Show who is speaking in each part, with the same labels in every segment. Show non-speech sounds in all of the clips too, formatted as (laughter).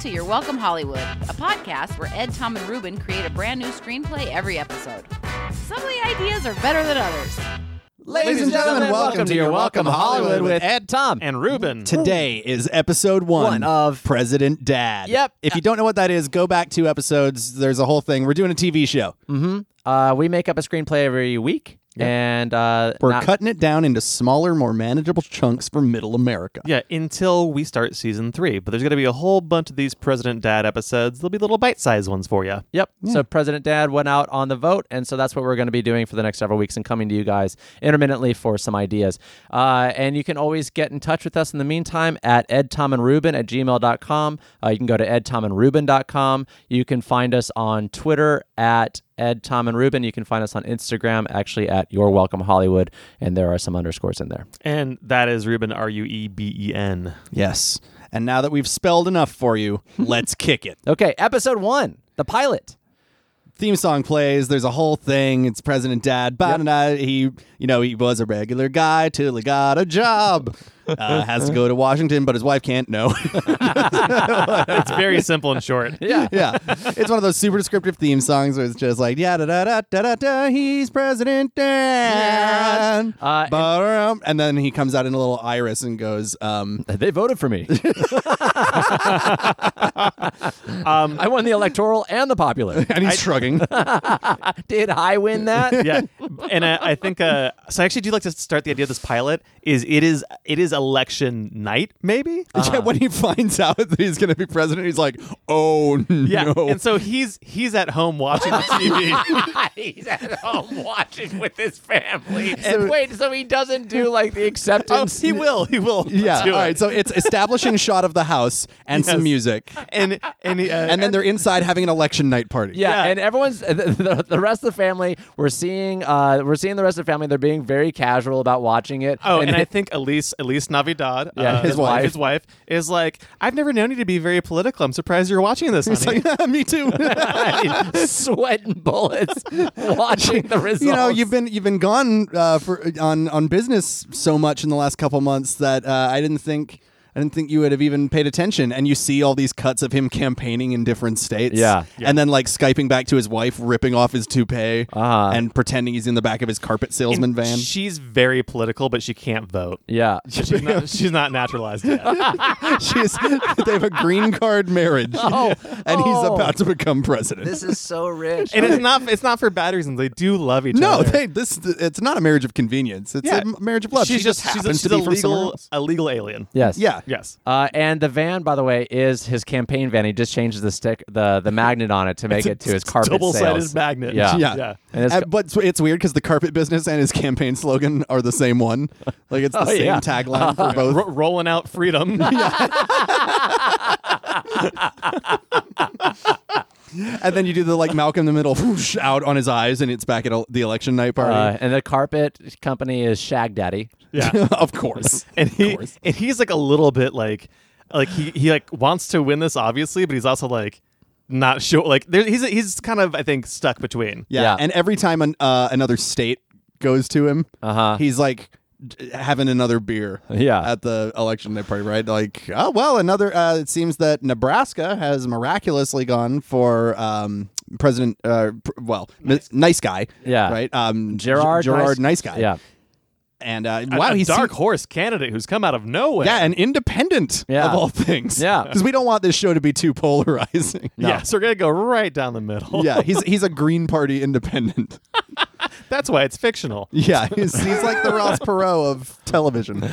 Speaker 1: to Your Welcome Hollywood, a podcast where Ed, Tom, and Ruben create a brand new screenplay every episode. Some of the ideas are better than others.
Speaker 2: Ladies and gentlemen, welcome to your Welcome Hollywood with Ed, Tom,
Speaker 3: and Ruben.
Speaker 2: Today is episode one,
Speaker 3: One of-
Speaker 2: President Dad.
Speaker 3: Yep.
Speaker 2: If you don't know what that is, go back two episodes. There's a whole thing. We're doing a TV show.
Speaker 3: Uh, we make up a screenplay every week, and uh,
Speaker 2: We're
Speaker 3: not-
Speaker 2: cutting it down into smaller, more manageable chunks for middle America.
Speaker 4: Yeah, until we start season three. But there's going to be a whole bunch of these President Dad episodes. There'll be little bite sized ones for you.
Speaker 3: Yep. So President Dad went out on the vote, and so that's what we're going to be doing for the next several weeks and coming to you guys intermittently for some ideas. Uh, and you can always get in touch with us in the meantime at edtomandruben at gmail.com. Uh, you can go to edtomandruben.com. You can find us on Twitter at Ed, Tom, and Ruben. You can find us on Instagram, actually, at Your Welcome Hollywood, and there are some underscores in there.
Speaker 4: And that is Ruben, R U E B E N.
Speaker 2: Yes. And now that we've spelled enough for (laughs) you, let's kick it.
Speaker 3: Okay, episode one, the pilot.
Speaker 2: Theme song plays. There's a whole thing. It's President Dad. But he, you know, he was a regular guy till he got a (laughs) job. Uh, has to go to Washington, but his wife can't. No.
Speaker 4: It's
Speaker 2: (laughs)
Speaker 4: very simple and short.
Speaker 3: Yeah.
Speaker 2: yeah. It's one of those super descriptive theme songs where it's just like, yeah, da da da da da da, he's President Dan.
Speaker 3: Uh, and-
Speaker 2: Ba-da-dum. and then he comes out in a little iris and goes, um,
Speaker 3: Uh, They voted for me. I won the electoral (laughs) and the popular.
Speaker 2: and he's shrugging.
Speaker 3: Did I win that? (laughs)
Speaker 4: Yeah, and I, I think uh, so. I actually do like to start the idea of this pilot. Is it is it is election night? Maybe.
Speaker 2: (laughs) Yeah, when he finds out that he's going to be president, he's like, oh
Speaker 4: Yeah,
Speaker 2: no.
Speaker 4: and so he's he's at home
Speaker 2: (laughs)
Speaker 4: watching the TV.
Speaker 3: He's at
Speaker 2: Oh,
Speaker 3: home watching with his family. "Oh, and wait, so he doesn't do like the
Speaker 4: oh,
Speaker 3: acceptance?
Speaker 4: he will, he will.
Speaker 2: yeah.
Speaker 4: do
Speaker 2: All
Speaker 4: it.
Speaker 2: right. So it's establishing shot of the house and some
Speaker 4: Yes.
Speaker 2: music.
Speaker 4: and and, he, uh,
Speaker 2: And then they're inside having an election night party.
Speaker 3: Yeah,
Speaker 4: Yeah.
Speaker 3: and everyone's (laughs) the, the, the rest of the family. We're seeing, uh, we're seeing the rest of the family. They're being very casual about watching it.
Speaker 4: Oh, and, I
Speaker 3: it-
Speaker 4: think Elise, Elise Navidad,
Speaker 3: Yeah,
Speaker 4: uh,
Speaker 3: his wife.
Speaker 4: his wife is like, I've never known you to be very political. I'm surprised you're watching this.
Speaker 2: It's
Speaker 4: honey."
Speaker 2: like, (laughs) me too. (laughs)
Speaker 3: (laughs)
Speaker 4: (laughs)
Speaker 3: sweating (laughs) bullets, watching the results.
Speaker 2: you know you've been you've been gone uh, for on on business so much in the last couple months that uh, I didn't think I didn't think you would have even paid attention. And you see all these cuts of him campaigning in different states,
Speaker 3: Yeah. Yeah.
Speaker 2: and then like skyping back to his wife, ripping off his toupee
Speaker 3: Uh-huh.
Speaker 2: and pretending he's in the back of his carpet salesman van.
Speaker 4: She's very political, but she can't vote.
Speaker 3: yeah.
Speaker 4: She's not, she's not
Speaker 2: (laughs)
Speaker 4: naturalized yet.
Speaker 2: (laughs) She's they have a green card
Speaker 4: (laughs)
Speaker 2: marriage, and he's
Speaker 3: Oh.
Speaker 2: about to become president.
Speaker 3: This is so rich.
Speaker 4: and it's not it's not for bad reasons. They do love each
Speaker 2: no,
Speaker 4: other.
Speaker 2: they, this it's not a marriage of convenience. It's
Speaker 4: Yeah.
Speaker 2: a m- marriage of love.
Speaker 4: She's
Speaker 2: she just,
Speaker 4: she's
Speaker 2: happens
Speaker 4: a, she's
Speaker 2: to be
Speaker 4: a
Speaker 2: from somewhere
Speaker 4: legal
Speaker 2: else.
Speaker 4: a legal alien.
Speaker 3: yes.
Speaker 2: Yeah,
Speaker 4: Yes.
Speaker 3: Uh, and the van, by the way, is his campaign van. He just changes the stick, the the magnet on it to make it to
Speaker 2: (laughs)
Speaker 3: his carpet
Speaker 4: Double sided
Speaker 3: sales.
Speaker 4: magnet.
Speaker 3: Yeah.
Speaker 2: Yeah.
Speaker 4: Yeah.
Speaker 3: And it's
Speaker 2: Uh,
Speaker 3: go-
Speaker 2: but it's, it's weird because the carpet business and his campaign slogan are the same one. Like it's the
Speaker 3: (laughs) Oh,
Speaker 2: same
Speaker 3: yeah.
Speaker 2: tagline
Speaker 3: (laughs)
Speaker 2: for both.
Speaker 4: Ro- rolling
Speaker 2: (laughs)
Speaker 4: out freedom.
Speaker 2: and then you do the like Malcolm in the Middle whoosh, out on his eyes, and it's back at el- the election night
Speaker 3: Uh,
Speaker 2: party.
Speaker 3: and the carpet company is Shag Daddy.
Speaker 4: yeah.
Speaker 2: (laughs) of course.
Speaker 3: (laughs)
Speaker 4: And he
Speaker 2: course.
Speaker 4: and he's like a little bit like like he, he like wants to win this obviously, but he's also like not sure. Like there, he's he's kind of I think stuck between.
Speaker 2: Yeah.
Speaker 3: Yeah.
Speaker 2: And every time an, uh, another state goes to him,
Speaker 3: Uh-huh.
Speaker 2: he's like d- having another beer.
Speaker 3: Yeah.
Speaker 2: At the election night party, right? Like, oh well, another. Uh, it seems that Nebraska has miraculously gone for um, president. Uh, pr- well, nice, nice guy.
Speaker 3: Yeah.
Speaker 2: Right. Um,
Speaker 3: Gerard,
Speaker 2: Gerard, nice, guy.
Speaker 3: Yeah,
Speaker 2: and uh,
Speaker 4: A-
Speaker 2: wow,
Speaker 4: a
Speaker 2: he's
Speaker 4: dark horse candidate who's come out of nowhere.
Speaker 2: yeah, and independent
Speaker 3: Yeah.
Speaker 2: of all things.
Speaker 3: Yeah.
Speaker 2: (laughs) because we don't want this show to be too polarizing.
Speaker 4: Yeah, so we're gonna go right down the middle.
Speaker 2: yeah, he's he's a Green Party independent.
Speaker 4: (laughs) that's why it's fictional.
Speaker 2: (laughs) Yeah, he's he's like the
Speaker 4: (laughs)
Speaker 2: Ross Perot of television.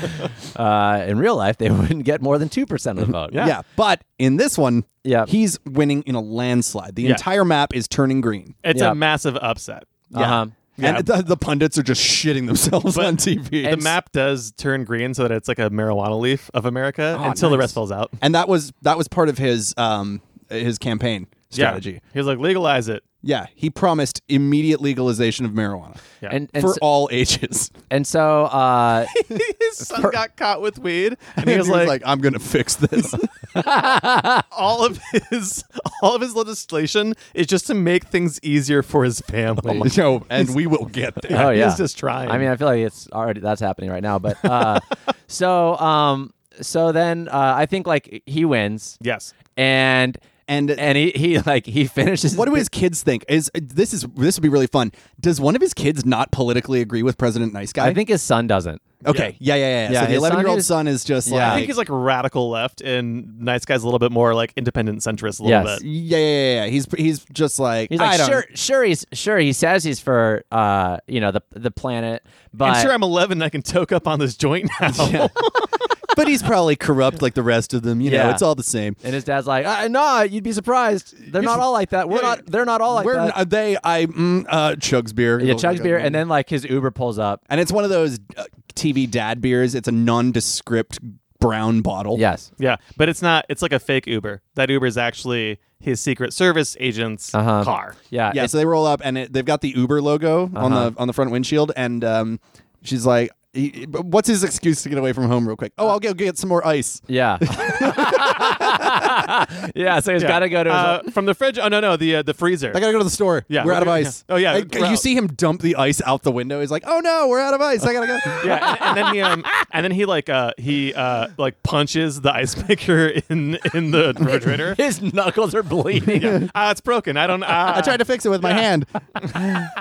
Speaker 3: uh, in real life they (laughs) wouldn't get more than two percent of the vote.
Speaker 2: Yeah, but in this one,
Speaker 3: Yeah.
Speaker 2: he's winning in a landslide. The
Speaker 4: Yeah.
Speaker 2: entire map is turning green.
Speaker 4: It's
Speaker 3: Yeah.
Speaker 4: a massive upset. Uh,
Speaker 3: Uh-huh.
Speaker 4: Yeah.
Speaker 2: And the, the pundits are just shitting themselves
Speaker 4: But-
Speaker 2: on TV.
Speaker 4: The map does turn green so that it's like a marijuana leaf of America until the rest falls out.
Speaker 2: and that was that was part of his um his campaign strategy.
Speaker 4: Yeah. He's like, legalize it. (laughs)
Speaker 2: yeah he promised immediate legalization of marijuana
Speaker 4: Yeah.
Speaker 3: And and
Speaker 2: for
Speaker 3: so,
Speaker 2: all ages.
Speaker 3: and so uh,
Speaker 4: His son got caught with weed, and
Speaker 2: (laughs)
Speaker 4: he
Speaker 2: And
Speaker 4: was like,
Speaker 2: I'm gonna fix
Speaker 4: (laughs)
Speaker 2: this.
Speaker 4: all of his all of his legislation is just to make things easier for his family.
Speaker 2: (laughs)
Speaker 4: (laughs)
Speaker 2: Yo, and we will get there.
Speaker 3: oh
Speaker 4: He's
Speaker 3: yeah,
Speaker 2: (laughs)
Speaker 4: just trying.
Speaker 3: I mean, I feel like it's already that's happening right now. But uh, so um, so then uh, I think like he wins.
Speaker 4: Yes.
Speaker 3: And
Speaker 2: And-
Speaker 3: and he, he like he finishes.
Speaker 2: What do his kids think? Is uh, this is this would be really fun? Does one of his kids not politically agree with President Nice Guy?
Speaker 3: I think his son doesn't.
Speaker 2: Okay. Yeah. Yeah. Yeah. yeah.
Speaker 3: Yeah,
Speaker 2: so the
Speaker 3: his son
Speaker 2: eleven-year-old
Speaker 3: is-
Speaker 2: son is just
Speaker 3: Yeah.
Speaker 4: I
Speaker 2: like.
Speaker 4: think he's like radical left, and nice guy's a little bit more like independent centrist, a little
Speaker 3: Yes.
Speaker 4: bit.
Speaker 2: yeah, yeah, yeah, yeah. He's he's just like.
Speaker 3: He's like
Speaker 2: I don't, (laughs)
Speaker 3: sure sure he's sure he says he's for uh you know the the planet but
Speaker 4: I'm sure I'm 11 and I can toke up on this joint now.
Speaker 3: (laughs)
Speaker 2: but he's probably corrupt like the rest of them. You know,
Speaker 3: Yeah.
Speaker 2: it's all the same.
Speaker 3: and his dad's like uh, no you'd be surprised they're not all like that we're not they're not all like
Speaker 2: Where
Speaker 3: that
Speaker 2: are they? I mm, uh, chugs beer.
Speaker 3: yeah
Speaker 2: Oh,
Speaker 3: chugs
Speaker 2: God.
Speaker 3: beer and then like his Uber pulls up
Speaker 2: and it's one of those uh, TV dad beers. It's a nondescript brown bottle.
Speaker 3: yes
Speaker 4: (laughs) yeah, but it's not. It's like a fake Uber. That Uber is actually his Secret Service agent's
Speaker 3: Uh-huh.
Speaker 4: car.
Speaker 3: yeah
Speaker 2: yeah.
Speaker 3: it's-
Speaker 2: So they roll up, and it, they've got the Uber logo on
Speaker 4: Uh-huh.
Speaker 2: the on the front windshield, and um, she's like, he- "What's his excuse to get away from home real quick? Oh, I'll go get some more ice."
Speaker 3: yeah (laughs) yeah so he's
Speaker 4: Yeah.
Speaker 3: got to go to his
Speaker 4: Uh, from the fridge. Oh no, no, the uh, the freezer.
Speaker 2: I gotta go to the store.
Speaker 4: Yeah,
Speaker 2: we're out of
Speaker 4: yeah.
Speaker 2: ice.
Speaker 4: Oh, yeah,
Speaker 2: I-
Speaker 4: we're
Speaker 2: you
Speaker 4: out.
Speaker 2: see him dump the ice out the window. He's like, "Oh no, we're out of ice. I gotta go."
Speaker 4: (laughs) yeah, and, and then
Speaker 3: (laughs)
Speaker 4: he um, and then he like uh he uh like punches the ice maker (laughs) in in the
Speaker 3: (laughs)
Speaker 4: refrigerator.
Speaker 3: (laughs) his knuckles are bleeding
Speaker 4: (laughs) Yeah, ah, it's broken. I don't. Ah.
Speaker 2: I tried to fix it with my
Speaker 4: (laughs)
Speaker 2: hand. and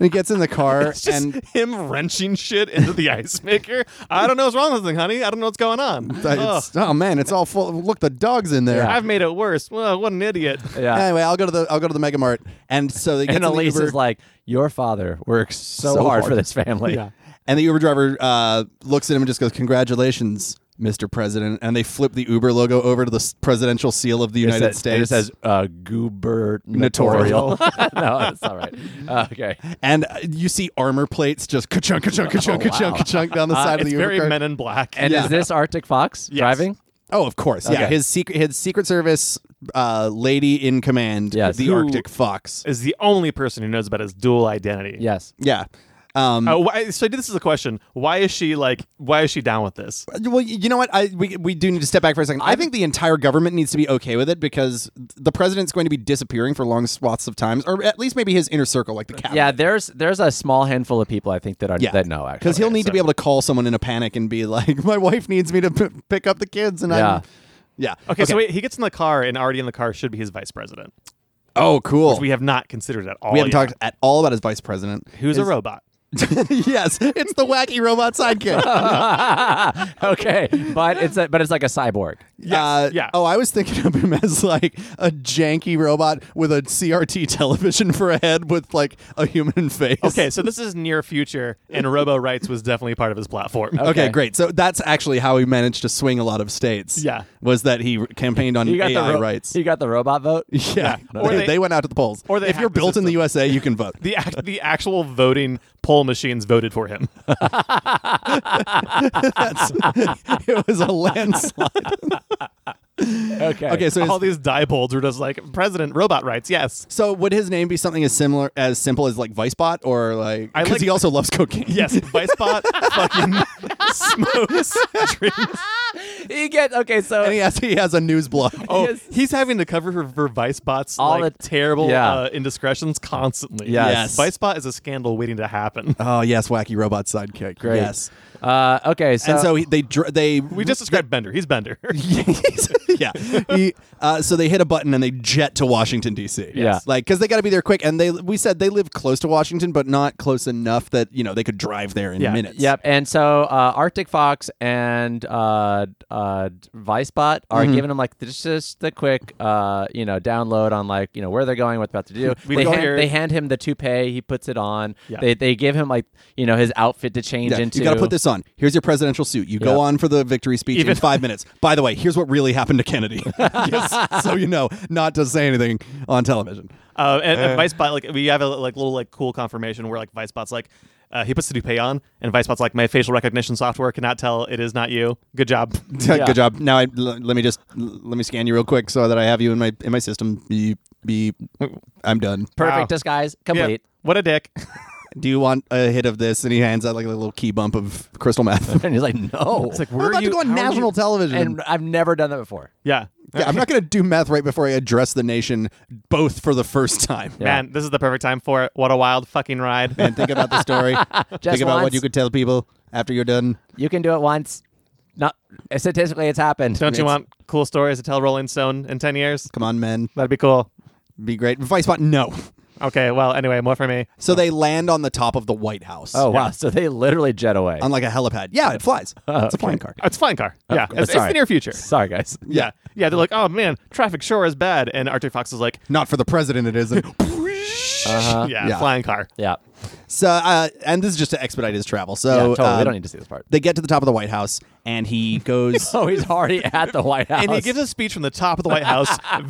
Speaker 2: he gets in the car
Speaker 4: It's just
Speaker 2: and.
Speaker 4: him wrenching shit into the (laughs) ice maker. I don't know what's wrong with this thing, honey. I don't know what's going on. (laughs) Ugh.
Speaker 2: (laughs) it's- oh man, it's all full. Look, the dog's in there.
Speaker 4: I've made it worse. Well, what
Speaker 2: (laughs)
Speaker 4: an idiot.
Speaker 3: yeah
Speaker 2: Anyway, I'll go to the I'll go to the Mega Mart, and so they get
Speaker 3: and
Speaker 2: in the
Speaker 3: Elise
Speaker 2: Uber,
Speaker 3: is like your father works so,
Speaker 2: So
Speaker 3: hard,
Speaker 2: hard.
Speaker 3: for this family
Speaker 4: Yeah.
Speaker 2: (laughs) and the Uber driver uh, looks at him and just goes, "Congratulations, Mr. President." And they flip the Uber logo over to the s- presidential seal of the
Speaker 3: It
Speaker 2: United
Speaker 3: says-
Speaker 2: States.
Speaker 3: It says uh, gubernatorial. (laughs) no, that's all right. Uh, okay.
Speaker 2: and uh, you see armor plates just ka-chunk, ka-chunk, ka-chunk,
Speaker 3: Oh, wow. Uh,
Speaker 2: ka-chunk, ka-chunk down the side of
Speaker 4: it's
Speaker 2: the Uber
Speaker 4: very
Speaker 2: car.
Speaker 4: Men in Black.
Speaker 3: And
Speaker 2: Yeah.
Speaker 3: is this Arctic Fox
Speaker 4: Yes.
Speaker 3: driving?
Speaker 2: Oh, of course. Yeah,
Speaker 3: Okay.
Speaker 2: his secret his Secret Service uh, lady in command,
Speaker 3: Yes.
Speaker 2: the
Speaker 3: Who-
Speaker 2: Arctic Fox.
Speaker 4: is the only person who knows about his dual identity.
Speaker 3: Yes.
Speaker 2: Yeah.
Speaker 3: Oh.
Speaker 2: Um,
Speaker 4: Uh, why, so this is a question. Why is she like? Why is she down with this?
Speaker 2: Well, y- you know what? I we, we do need to step back for a second. I think the entire government needs to be okay with it because the president's going to be disappearing for long swaths of times, or at least maybe his inner circle, like the cabinet.
Speaker 3: Yeah. There's there's a small handful of people I think that are
Speaker 2: Yeah.
Speaker 3: that know actually.
Speaker 2: because he'll need to be able to call someone in a panic and be like, (laughs) "My wife needs me to p- pick up the kids," and
Speaker 3: Yeah.
Speaker 2: I'm, yeah,
Speaker 4: Okay, so wait, he gets in the car, and already in the car should be his vice president.
Speaker 2: oh, cool.
Speaker 4: We have not considered at all.
Speaker 2: We haven't
Speaker 4: yet.
Speaker 2: talked at all about his vice
Speaker 4: (laughs)
Speaker 2: president.
Speaker 4: Who's a
Speaker 2: His-
Speaker 4: robot?
Speaker 2: (laughs) yes, it's the wacky robot
Speaker 4: (laughs)
Speaker 2: sidekick.
Speaker 3: (laughs) okay, but it's a, but it's like a cyborg.
Speaker 4: Yes,
Speaker 2: Uh,
Speaker 4: yeah.
Speaker 2: Oh, I was thinking of him as like a janky robot with a CRT (laughs) television for a head with like a human face.
Speaker 4: Okay, so this is near future,
Speaker 2: (laughs)
Speaker 4: and Robo Rights was definitely part of his platform.
Speaker 2: Okay,
Speaker 3: Okay.
Speaker 2: great. So that's actually how he managed to swing a lot of states.
Speaker 4: Yeah.
Speaker 2: was that he r- campaigned on
Speaker 3: You got
Speaker 2: AI
Speaker 3: the ro-
Speaker 2: rights?
Speaker 3: You
Speaker 4: (laughs)
Speaker 3: got the robot vote. (laughs)
Speaker 2: yeah,
Speaker 4: Or
Speaker 2: (laughs) they,
Speaker 4: they-
Speaker 2: they went out to the polls.
Speaker 4: or they
Speaker 2: if you're
Speaker 4: hacked the
Speaker 2: built in the
Speaker 4: system.
Speaker 2: USA, you can
Speaker 4: (laughs)
Speaker 2: vote.
Speaker 4: The act, the actual voting poll machines voted for him.
Speaker 2: That's,
Speaker 4: (laughs)
Speaker 2: it was a landslide.
Speaker 3: Okay.
Speaker 2: Okay, so
Speaker 4: all
Speaker 2: his,
Speaker 4: these diebolds were just like president robot rights. Yes,
Speaker 2: so would his name be something as similar as simple as like Vicebot or like
Speaker 4: I
Speaker 2: because
Speaker 4: like-
Speaker 2: he also loves cocaine.
Speaker 4: yes, Vicebot fucking smokes. Drinks.
Speaker 3: he gets okay.
Speaker 2: (laughs)
Speaker 3: So
Speaker 2: and he has he has a news blog.
Speaker 4: Oh,
Speaker 3: (laughs) Yes.
Speaker 4: he's having to cover for, for Vicebot's
Speaker 3: All
Speaker 4: like,
Speaker 3: the-
Speaker 4: terrible
Speaker 3: yeah.
Speaker 4: uh, indiscretions constantly.
Speaker 3: Yes.
Speaker 2: Yes.
Speaker 4: Vicebot is a scandal waiting to happen.
Speaker 2: Oh yes, wacky robot sidekick.
Speaker 3: great.
Speaker 2: Yes,
Speaker 3: Uh, okay. So
Speaker 2: and so he, they dr- they
Speaker 4: (laughs) We just described Bender. He's Bender.
Speaker 2: (laughs) yeah. He, uh, so they hit a button and they jet to Washington D.C.
Speaker 3: Yeah.
Speaker 2: like because they got to be there quick. And they we said they live close to Washington, but not close enough that you know they could drive there in
Speaker 4: Yeah.
Speaker 2: minutes.
Speaker 3: Yep. And so uh, Arctic Fox and uh, uh, Vicebot are giving them like this just the quick, uh, you know, download on like you know where they're going, what they're about to do.
Speaker 4: We
Speaker 3: they,
Speaker 4: go
Speaker 3: hand,
Speaker 4: here.
Speaker 3: they hand him the toupee. He puts it on.
Speaker 4: Yeah.
Speaker 3: They they give him like you know his outfit to change
Speaker 2: Yeah,
Speaker 3: into.
Speaker 2: you got to put this on. Here's your presidential suit. You
Speaker 3: Yeah.
Speaker 2: go on for the victory speech in
Speaker 4: Even-
Speaker 2: (laughs) five minutes. By the way, here's what really happened to Kennedy. (laughs) Just so you know, not to say anything on (laughs) television.
Speaker 4: (laughs) Uh, and, and Vicebot, like we have a like little like cool confirmation where like Vicebot's like uh, he puts the toupee on, and Vicebot's like my facial recognition software cannot tell it is not you. Good job. (laughs)
Speaker 3: Yeah.
Speaker 2: Good job. Now I, l- let me just l- let me scan you real quick so that I have you in my in my system. Be be. I'm done.
Speaker 3: Perfect
Speaker 4: Wow.
Speaker 3: disguise
Speaker 4: Yeah. (laughs)
Speaker 3: complete.
Speaker 4: What a dick.
Speaker 2: do you want a hit of this? And he hands out like a little key bump of crystal meth. (laughs)
Speaker 3: And he's like, no.
Speaker 4: It's like
Speaker 2: We're
Speaker 4: where
Speaker 2: about
Speaker 4: are you?
Speaker 2: to go on
Speaker 4: how are you-
Speaker 2: national television.
Speaker 3: and I've never done that before.
Speaker 4: Yeah.
Speaker 2: yeah, I'm not going to do meth right before I address the nation, both for the first time.
Speaker 4: Man, this is the perfect time for it. What a wild fucking ride.
Speaker 2: (laughs) And think about the story. think about
Speaker 3: once.
Speaker 2: what you could tell people after you're done.
Speaker 3: You can do it once. Not statistically, it's happened.
Speaker 4: (laughs) Don't you
Speaker 3: It's-
Speaker 4: want cool stories to tell Rolling Stone in 10 years?
Speaker 2: Come on, men.
Speaker 4: That'd be cool.
Speaker 2: Be great. Vice Spot, no.
Speaker 4: Okay, well, anyway, more for me.
Speaker 2: So they land on the top of the White House.
Speaker 3: Oh wow! So they literally jet away.
Speaker 2: On like a helipad. Yeah, it flies. It's a flying car.
Speaker 4: Oh, It's a flying car. yeah,
Speaker 3: course.
Speaker 4: it's, it's
Speaker 3: Sorry.
Speaker 4: the near future.
Speaker 3: Sorry, guys.
Speaker 4: Uh, Yeah. Yeah, they're like, oh man, traffic sure is bad. And Arctic Fox is like,
Speaker 2: Not for the president, it isn't.
Speaker 4: yeah,
Speaker 2: Yeah.
Speaker 4: flying car.
Speaker 3: Uh-huh. Yeah,
Speaker 2: (laughs) so, uh, and this is just to expedite his travel. So,
Speaker 3: yeah. Totally.
Speaker 2: um,
Speaker 3: we don't need to see this part. (laughs)
Speaker 2: they get to the top of the White House, and he goes.
Speaker 3: Oh, he's already
Speaker 4: (laughs)
Speaker 3: at the White House.
Speaker 4: And he gives a speech from the top of the White House,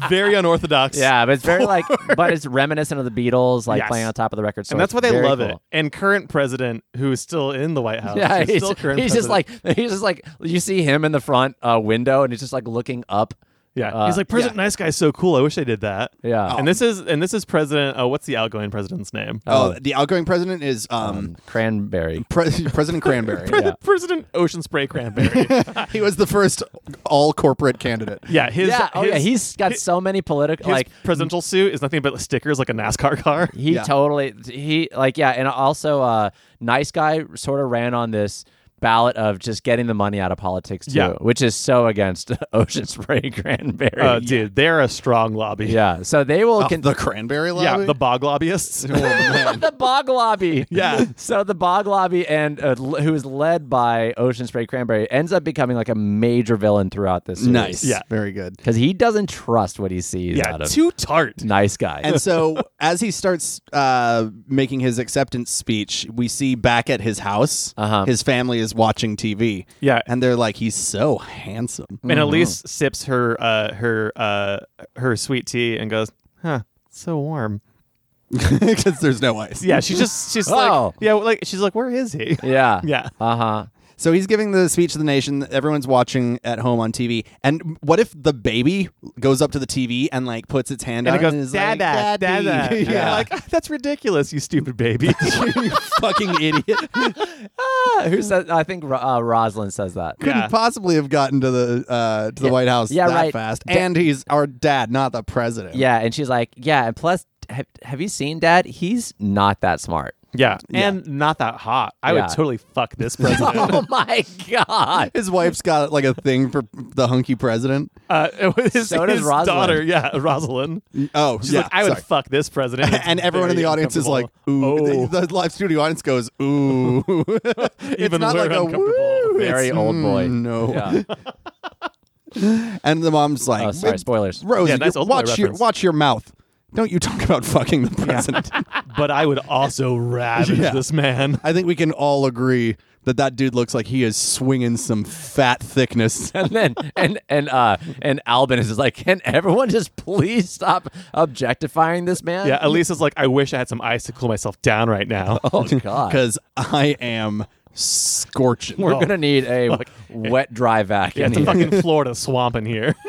Speaker 4: very unorthodox.
Speaker 3: (laughs) yeah, but it's very like, but it's reminiscent of the Beatles, like
Speaker 4: Yes.
Speaker 3: playing on top of the record store.
Speaker 4: And that's why
Speaker 3: It's
Speaker 4: they
Speaker 3: very
Speaker 4: love it.
Speaker 3: cool.
Speaker 4: And current president, who is still in the White
Speaker 3: (laughs)
Speaker 4: House,
Speaker 3: Yeah,
Speaker 4: who's
Speaker 3: he's,
Speaker 4: still current
Speaker 3: he's just
Speaker 4: president.
Speaker 3: like (laughs) he's just like you see him in the front uh, window, and he's just like looking up.
Speaker 4: yeah,
Speaker 3: uh,
Speaker 4: he's like President Nice Guy's so cool. I wish they did that.
Speaker 3: Yeah.
Speaker 4: and this is and this is President. Oh, what's the outgoing president's name?
Speaker 2: Oh, the outgoing president is um,
Speaker 3: Cranberry.
Speaker 2: Pre- (laughs) President
Speaker 4: (laughs)
Speaker 2: Cranberry.
Speaker 4: Pre- President Ocean
Speaker 3: (laughs)
Speaker 4: Spray Cranberry.
Speaker 2: He was the first all corporate candidate.
Speaker 4: yeah, his,
Speaker 3: yeah, oh
Speaker 4: his-
Speaker 3: yeah, he's got so many political
Speaker 4: his
Speaker 3: like
Speaker 4: presidential suit is nothing but stickers, like a NASCAR car.
Speaker 3: He
Speaker 2: Yeah.
Speaker 3: totally he like yeah, and also uh nice guy sort of ran on this ballot of just getting the money out of politics too,
Speaker 4: Yeah.
Speaker 3: which is so against (laughs) Ocean Spray Cranberry.
Speaker 4: (laughs) Uh, Dude, they're a strong lobby.
Speaker 3: yeah, so they will
Speaker 2: Oh,
Speaker 3: con-
Speaker 2: the Cranberry
Speaker 4: yeah,
Speaker 2: lobby?
Speaker 4: (laughs) the bog lobbyists.
Speaker 2: Oh, man.
Speaker 3: (laughs) the Bog Lobby.
Speaker 4: Yeah.
Speaker 3: (laughs) So the Bog Lobby and uh, l- who is led by Ocean Spray Cranberry ends up becoming like a major villain throughout this.
Speaker 2: nice.
Speaker 4: Yeah.
Speaker 2: Very good.
Speaker 3: Because he doesn't trust what he sees
Speaker 4: yeah,
Speaker 3: out of
Speaker 4: (laughs) too tart.
Speaker 3: nice guy.
Speaker 2: And
Speaker 4: (laughs)
Speaker 2: so, as he starts uh, making his acceptance speech, we see back at his house,
Speaker 3: Uh-huh.
Speaker 2: his family is watching TV.
Speaker 4: Yeah.
Speaker 2: And they're like, he's so handsome. (laughs)
Speaker 4: And Elise sips her uh, her uh, her sweet tea and goes, "Huh, it's
Speaker 3: (laughs)
Speaker 4: so warm."
Speaker 2: Because there's no ice.
Speaker 4: Yeah, she's just she's
Speaker 3: Oh.
Speaker 4: like, yeah, like she's like, "Where is he?"
Speaker 3: yeah.
Speaker 4: (laughs) Yeah.
Speaker 3: Uh huh.
Speaker 2: So he's giving the speech to the nation. Everyone's watching at home on TV. And what if the baby goes up to the TV and like puts its hand
Speaker 4: And
Speaker 2: out
Speaker 4: it goes,
Speaker 2: and is
Speaker 4: "Dada,
Speaker 2: like,
Speaker 4: dada."
Speaker 2: "Daddy."
Speaker 4: And (laughs)
Speaker 2: (laughs)
Speaker 4: you're
Speaker 2: Yeah.
Speaker 4: like, "Ah, "That's ridiculous, you
Speaker 2: (laughs)
Speaker 4: stupid baby."
Speaker 2: you fucking idiot.
Speaker 3: Ah, who says? I think Ro- uh, Rosalind says that.
Speaker 2: couldn't
Speaker 4: Yeah.
Speaker 2: possibly have gotten to the uh, to the White House
Speaker 3: Yeah,
Speaker 2: that
Speaker 3: right.
Speaker 2: fast.
Speaker 3: Da-
Speaker 2: and he's our dad, not the president.
Speaker 3: Yeah, and she's like, yeah, and plus, have, have you seen Dad? He's not that
Speaker 4: (laughs)
Speaker 3: smart. (laughs)
Speaker 4: yeah, and not that hot. I
Speaker 3: Yeah.
Speaker 4: would totally fuck this president.
Speaker 2: (laughs)
Speaker 3: oh my god!
Speaker 2: His wife's got like a thing for the hunky president.
Speaker 4: uh, (laughs) it was his,
Speaker 3: So does
Speaker 4: his
Speaker 3: Rosalind.
Speaker 4: daughter, yeah, Rosalind.
Speaker 2: Oh,
Speaker 4: She's
Speaker 2: yeah.
Speaker 4: like, "I would
Speaker 2: sorry.
Speaker 4: fuck this president,"
Speaker 2: (laughs)
Speaker 4: It's
Speaker 2: and everyone in
Speaker 4: very
Speaker 2: the audience is
Speaker 4: (laughs)
Speaker 2: like, ooh.
Speaker 4: uncomfortable. Oh.
Speaker 2: (laughs) The, the live studio audience goes, ooh. (laughs) it's
Speaker 4: Even
Speaker 2: not
Speaker 4: we're
Speaker 2: like a
Speaker 4: uncomfortable.
Speaker 2: woo.
Speaker 3: Very
Speaker 2: It's,
Speaker 3: old boy.
Speaker 2: "Mm,
Speaker 4: Oh.
Speaker 2: No.
Speaker 4: (laughs)
Speaker 3: Yeah.
Speaker 2: And the mom's like,
Speaker 3: Oh, sorry, spoilers.
Speaker 2: Rose,
Speaker 4: Yeah, nice
Speaker 2: you-
Speaker 4: old boy
Speaker 2: watch your
Speaker 4: reference.
Speaker 2: watch your mouth. Don't you talk about fucking
Speaker 3: (laughs)
Speaker 2: the president.
Speaker 4: "But I would also ravage
Speaker 2: Yeah.
Speaker 4: this man." (laughs)
Speaker 2: I think we can all agree that that dude looks like he is swinging some fat
Speaker 3: (laughs)
Speaker 2: thickness.
Speaker 3: and then and and uh and Albin is just like, can everyone just please stop objectifying this man?
Speaker 4: Yeah, Elise is like, "I wish I had some ice to cool myself down
Speaker 2: (laughs)
Speaker 4: right now."
Speaker 3: Oh God.
Speaker 2: because I am scorching.
Speaker 3: We're gonna need a
Speaker 4: (laughs)
Speaker 3: wet dry vac.
Speaker 4: Yeah,
Speaker 3: in
Speaker 4: it's a
Speaker 3: here.
Speaker 4: fucking Florida swamp in
Speaker 2: (laughs)
Speaker 4: here.
Speaker 3: (laughs)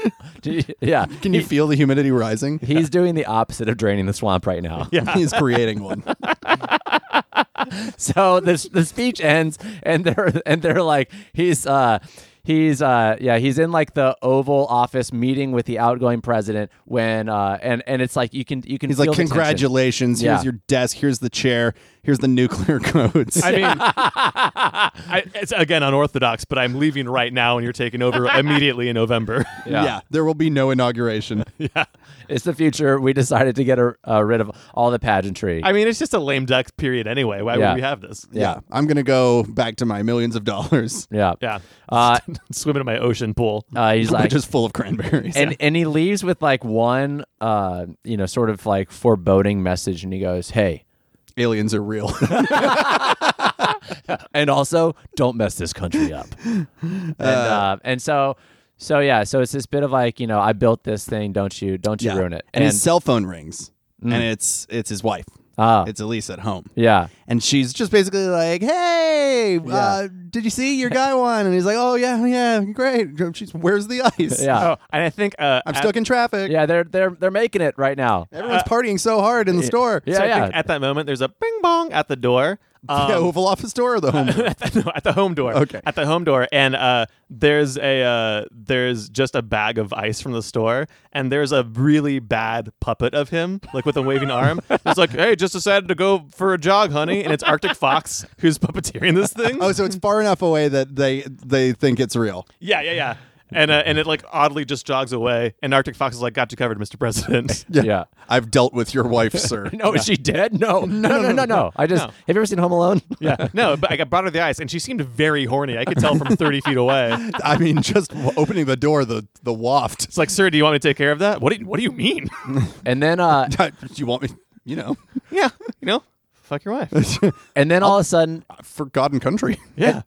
Speaker 4: (laughs)
Speaker 3: yeah.
Speaker 2: Can
Speaker 3: (laughs)
Speaker 2: you feel the humidity rising?
Speaker 3: He's doing the opposite of draining the swamp right now.
Speaker 2: He's creating one.
Speaker 3: (laughs) So this the speech ends, and they're and they're like he's uh he's uh yeah he's in like the Oval Office meeting with the outgoing president when uh and and it's like you can you can
Speaker 2: He's like,
Speaker 3: feel the tension.
Speaker 2: congratulations.
Speaker 3: Yeah.
Speaker 2: Here's your desk. Here's the chair. Here's the nuclear (laughs) codes.
Speaker 4: I mean, I, it's again unorthodox, but I'm leaving right now, and you're
Speaker 2: (laughs)
Speaker 4: taking over immediately in November.
Speaker 2: yeah. there will be no
Speaker 3: (laughs)
Speaker 2: inauguration.
Speaker 3: It's the future. We decided to get a, uh, rid of all the pageantry.
Speaker 4: I mean, it's just a lame duck period anyway. Why
Speaker 3: Yeah.
Speaker 4: would we have this?
Speaker 2: Yeah. I'm gonna go back to my millions of dollars, (laughs)
Speaker 3: yeah.
Speaker 4: Yeah. (laughs)
Speaker 3: (laughs) Uh,
Speaker 4: Swim in my ocean pool.
Speaker 3: uh, he's like,
Speaker 2: which is full of cranberries.
Speaker 3: and and he leaves with like one, uh, you know, sort of like foreboding message, and he goes, "Hey,
Speaker 2: (laughs) Aliens are
Speaker 3: (laughs)
Speaker 2: real.
Speaker 3: and also don't mess this (laughs) country up." and uh, and so so yeah, so it's this bit of like you know, I built this thing, don't you, don't you
Speaker 2: Yeah.
Speaker 3: ruin it, Mm.
Speaker 2: And, his cell phone rings, and it's it's his wife.
Speaker 3: Ah.
Speaker 2: It's Elise at home.
Speaker 3: yeah.
Speaker 2: And she's just basically like, "Hey, uh, did you see your guy won?" And he's like, "Oh yeah, yeah, great." (laughs) She's, "Where's the ice?"
Speaker 3: Yeah.
Speaker 4: Oh, and I think uh,
Speaker 2: I'm
Speaker 4: at,
Speaker 2: stuck in traffic.
Speaker 3: Yeah, they're they're they're making it right now.
Speaker 2: Everyone's partying so hard in the store. (laughs)
Speaker 3: yeah,
Speaker 4: so I
Speaker 3: yeah.
Speaker 4: think at that moment, there's a bing bong at the door.
Speaker 3: Um,
Speaker 2: the Oval Office door or the home?
Speaker 3: (laughs)
Speaker 2: door?
Speaker 4: no, (laughs) at the home door.
Speaker 2: Okay.
Speaker 4: At the home door, and uh, there's a uh, there's just a bag of ice from the store, and there's a really bad puppet of him, like with a waving
Speaker 3: (laughs)
Speaker 4: arm. It's like, hey, just decided to go for a jog, honey, and it's Arctic Fox who's puppeteering this thing.
Speaker 2: oh, so it's far enough away that they they think it's real.
Speaker 4: Yeah, yeah, yeah. And uh, and it like oddly just jogs away, and Arctic Fox is like, got you covered, Mr. President.
Speaker 3: (laughs)
Speaker 4: (laughs)
Speaker 3: Yeah.
Speaker 2: I've dealt with your (laughs) wife, sir.
Speaker 3: No, Oh, is she dead? No. (laughs) No, no, no, no. I just, have you ever seen Home Alone?
Speaker 4: yeah. (laughs) No, but I got- brought her the ice, and she seemed very horny. I could tell from thirty
Speaker 3: (laughs)
Speaker 4: feet away.
Speaker 2: I mean, just w- opening the door, the the waft.
Speaker 4: It's like, sir, do you want me to take care of that? What do you, What do
Speaker 3: (laughs)
Speaker 4: you mean?
Speaker 3: (laughs)
Speaker 4: (laughs)
Speaker 3: And then, uh,
Speaker 2: Do (laughs) you want me? You know, (laughs)
Speaker 4: yeah, you know, fuck your wife.
Speaker 3: (laughs) and then all of a sudden,
Speaker 2: forgotten country.
Speaker 4: Yeah.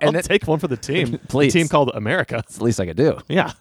Speaker 3: and
Speaker 4: I'll
Speaker 3: it-
Speaker 4: take one for the team.
Speaker 3: (laughs) Please.
Speaker 4: The team called America. (laughs)
Speaker 3: it's the least I could do.
Speaker 4: Yeah.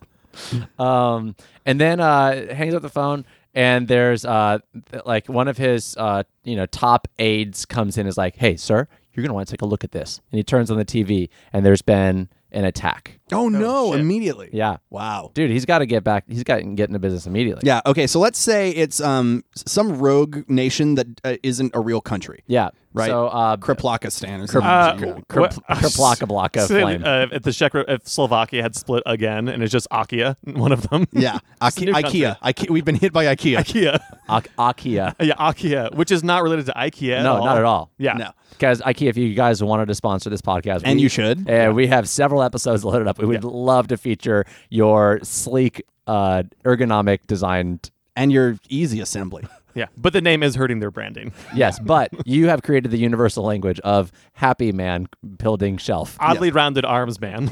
Speaker 3: Um, and then uh, hangs up the phone, and there's uh, th- like one of his uh, you know top aides comes in and is like, "Hey, sir, you're gonna want to take a look at this." And he turns on the TV, and there's been an attack.
Speaker 2: (laughs) Oh no! Immediately.
Speaker 3: Yeah,
Speaker 2: Wow.
Speaker 3: dude, he's got to get back. He's got to get into business immediately.
Speaker 2: Yeah. Okay. So let's say it's um s- some rogue nation that uh, isn't a real country.
Speaker 3: yeah,
Speaker 2: Right.
Speaker 3: So uh,
Speaker 2: Kriplakistan or something. You know.
Speaker 3: Kerp-
Speaker 4: (laughs)
Speaker 3: Kerplaka-blaka
Speaker 4: So,
Speaker 3: flame.
Speaker 4: Uh, if the Czech, Re- if Slovakia had split again, and it's just Akia, (laughs) one of them.
Speaker 2: (laughs)
Speaker 4: (laughs)
Speaker 2: yeah.
Speaker 4: It's a new
Speaker 2: Ike-
Speaker 4: country.
Speaker 2: IKEA. IKEA. We've been hit by
Speaker 3: (laughs)
Speaker 2: IKEA.
Speaker 4: Ikea.
Speaker 3: Ak-
Speaker 2: (laughs)
Speaker 3: Akia.
Speaker 4: Yeah, Akia, which is not related to IKEA.
Speaker 3: No,
Speaker 4: at all.
Speaker 3: not at all.
Speaker 4: Yeah.
Speaker 2: No.
Speaker 3: Guys, IKEA, if you guys wanted to sponsor this podcast,
Speaker 2: And
Speaker 3: we-
Speaker 2: you should.
Speaker 3: Uh, we have several episodes loaded up. We would love to feature your sleek, uh, ergonomic designed.
Speaker 2: And your easy assembly.
Speaker 4: Yeah. But the name is hurting their branding.
Speaker 3: Yes, but you have created the universal language of happy man building shelf.
Speaker 4: Oddly rounded arms, man.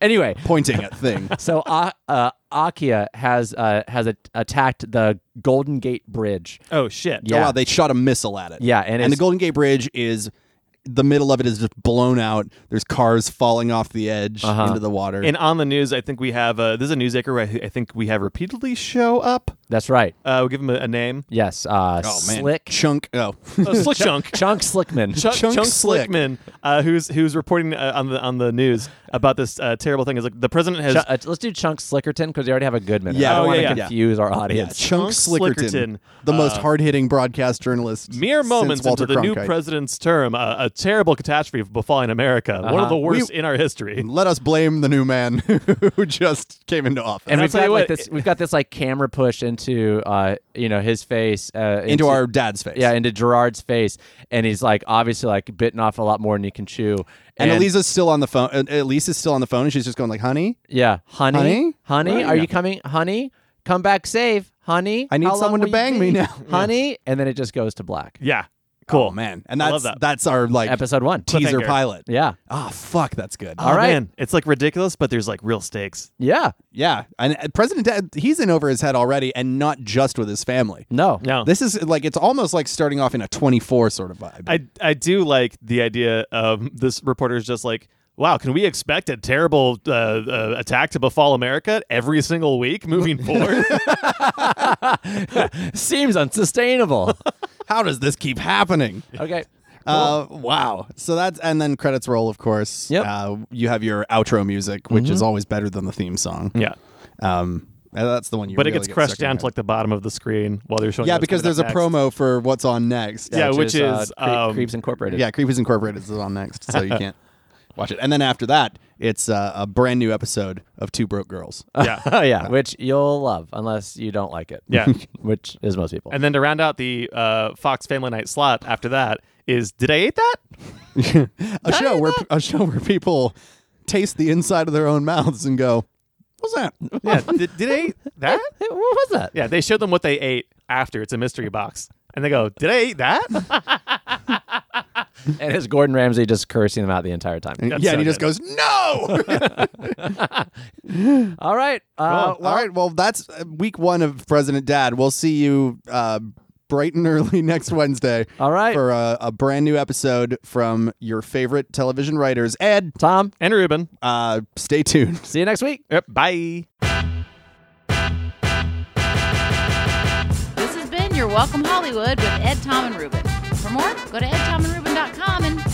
Speaker 3: Anyway,
Speaker 2: Pointing at
Speaker 3: (laughs)
Speaker 2: thing.
Speaker 3: so uh, uh, Akia has uh, has a- attacked the Golden Gate Bridge.
Speaker 4: oh
Speaker 2: (laughs)
Speaker 4: shit.
Speaker 2: Oh,
Speaker 3: Yeah.
Speaker 2: wow, they shot a missile at it.
Speaker 3: Yeah, and it's-
Speaker 2: the Golden Gate Bridge is the middle of it is just blown out. There's cars falling off the edge
Speaker 4: Uh-huh.
Speaker 2: into the water.
Speaker 4: And on the news, I think we have uh, this is a news anchor where I, I think we have repeatedly show up.
Speaker 3: That's right.
Speaker 4: Uh, we'll give him a, a name.
Speaker 3: Yes. Uh,
Speaker 2: oh man,
Speaker 3: Slick
Speaker 2: chunk. Oh, (laughs)
Speaker 4: Uh, Slick Chunk.
Speaker 3: Chunk Slickman.
Speaker 4: Chuck,
Speaker 2: Chunk
Speaker 4: Chunk,
Speaker 2: Slick.
Speaker 4: Slickman, uh, who's who's reporting uh, on the on the news about this uh, terrible thing, is like the president has
Speaker 3: Ch- uh, let's do Chunk Slickerton because they already have a good minute.
Speaker 2: Yeah.
Speaker 3: I don't
Speaker 2: Oh,
Speaker 3: want to
Speaker 4: yeah, yeah.
Speaker 3: confuse our
Speaker 2: yeah,
Speaker 3: audience.
Speaker 2: Chunk
Speaker 4: Chunk
Speaker 2: Slickerton,
Speaker 4: Slickerton,
Speaker 2: the most
Speaker 4: uh,
Speaker 2: hard-hitting broadcast journalist.
Speaker 4: mere
Speaker 2: since
Speaker 4: moments
Speaker 2: Walter
Speaker 4: into the new
Speaker 2: Cronkite.
Speaker 4: president's term, uh, a terrible catastrophe befalling America, one
Speaker 3: Uh-huh.
Speaker 4: of the worst in
Speaker 3: (laughs)
Speaker 4: our history.
Speaker 2: Let us blame the new man (laughs) who just came into office
Speaker 3: And
Speaker 4: I'll
Speaker 3: we've
Speaker 4: tell
Speaker 3: got
Speaker 4: you
Speaker 3: like
Speaker 4: what,
Speaker 3: this. We've got this like camera push into, uh, you know, his face, uh,
Speaker 2: into our dad's face.
Speaker 3: yeah, into Gerard's face, and he's like obviously like bitten off a lot more than you can chew.
Speaker 2: and, Elisa's still on the phone. uh, Elisa's still on the phone, and she's just going like, "Honey,
Speaker 3: yeah, honey,
Speaker 2: Honey?
Speaker 3: honey,
Speaker 2: Right.
Speaker 3: are you coming, honey? Come back safe, honey.
Speaker 2: I need
Speaker 3: How long
Speaker 2: someone to
Speaker 3: will you
Speaker 2: bang me
Speaker 3: be?
Speaker 2: now."
Speaker 3: (laughs) honey. And then it just goes to black.
Speaker 4: Yeah, cool,
Speaker 2: oh, man!" And
Speaker 4: I
Speaker 2: that's
Speaker 4: love that.
Speaker 2: that's our like
Speaker 3: Episode one.
Speaker 2: teaser
Speaker 4: cliffhanger.
Speaker 2: pilot.
Speaker 3: Yeah,
Speaker 2: Ah, fuck, that's good.
Speaker 4: All
Speaker 3: All
Speaker 4: right,
Speaker 3: right.
Speaker 4: Oh, it's like ridiculous, but there's like real stakes.
Speaker 3: yeah.
Speaker 2: Yeah, and uh, President Ted, he's in over his head already, and not just with his family.
Speaker 3: No.
Speaker 4: No,
Speaker 2: This is like it's almost like starting off in a twenty four sort of
Speaker 4: (laughs)
Speaker 2: vibe.
Speaker 4: I I do like the idea of this reporter's just like. Wow, can we expect a terrible uh, uh, attack to befall America every single week moving (laughs) forward?
Speaker 3: (laughs) Seems
Speaker 4: (laughs)
Speaker 3: unsustainable.
Speaker 2: How does this keep happening?
Speaker 3: okay.
Speaker 2: (laughs) Uh, wow. So that's and then credits roll, of course.
Speaker 3: Yep.
Speaker 2: Uh, you have your outro music, which is always better than the theme song.
Speaker 4: Mm-hmm. yeah,
Speaker 2: Um, and that's the one you.
Speaker 4: but it
Speaker 2: really
Speaker 4: gets
Speaker 2: get
Speaker 4: crushed
Speaker 2: stuck in
Speaker 4: down
Speaker 2: your
Speaker 4: to like the bottom of the screen while they're showing.
Speaker 2: head. yeah,
Speaker 4: what's
Speaker 2: because
Speaker 4: coming
Speaker 2: there's a
Speaker 4: up next.
Speaker 2: promo for what's on next.
Speaker 4: Yeah, which
Speaker 3: uh,
Speaker 4: is,
Speaker 3: Cre-
Speaker 4: um,
Speaker 3: Creeps Incorporated.
Speaker 2: Yeah, Creepies Incorporated is on next, so
Speaker 4: (laughs)
Speaker 2: you can't watch it. And then after that, it's uh, a brand new episode of Two Broke Girls.
Speaker 4: (laughs) Yeah,
Speaker 3: Oh yeah, which you'll love unless you don't like it.
Speaker 4: Yeah.
Speaker 3: (laughs) which is most people.
Speaker 4: And then to round out the uh, Fox Family Night slot after that is Did I Eat That?
Speaker 2: a show where a show where people taste the inside of their own mouths and go, "What's that?"
Speaker 4: (laughs)
Speaker 2: (laughs)
Speaker 4: Yeah. did, did I eat that?
Speaker 3: Hey, (laughs) what was that?
Speaker 4: Yeah. They showed them what they ate after. It's a mystery box. And they go, Did I eat that? (laughs)
Speaker 3: And it's Gordon Ramsay just cursing them out the entire time.
Speaker 2: And-
Speaker 4: That's
Speaker 2: yeah, and he
Speaker 4: so
Speaker 2: just
Speaker 4: good.
Speaker 2: goes, "No." (laughs)
Speaker 3: All right. Uh,
Speaker 2: All right, well, that's uh, week one of President Dad. We'll see you uh, bright and (laughs) early next Wednesday.
Speaker 3: All right.
Speaker 2: for a, a brand new episode from your favorite television writers. Ed,
Speaker 3: Tom,
Speaker 4: And Ruben.
Speaker 2: uh, stay tuned.
Speaker 3: see you next week.
Speaker 4: Yep. Bye.
Speaker 1: This has been Your Welcome Hollywood with Ed, Tom, and Ruben. For more, go to edtomandruben.com and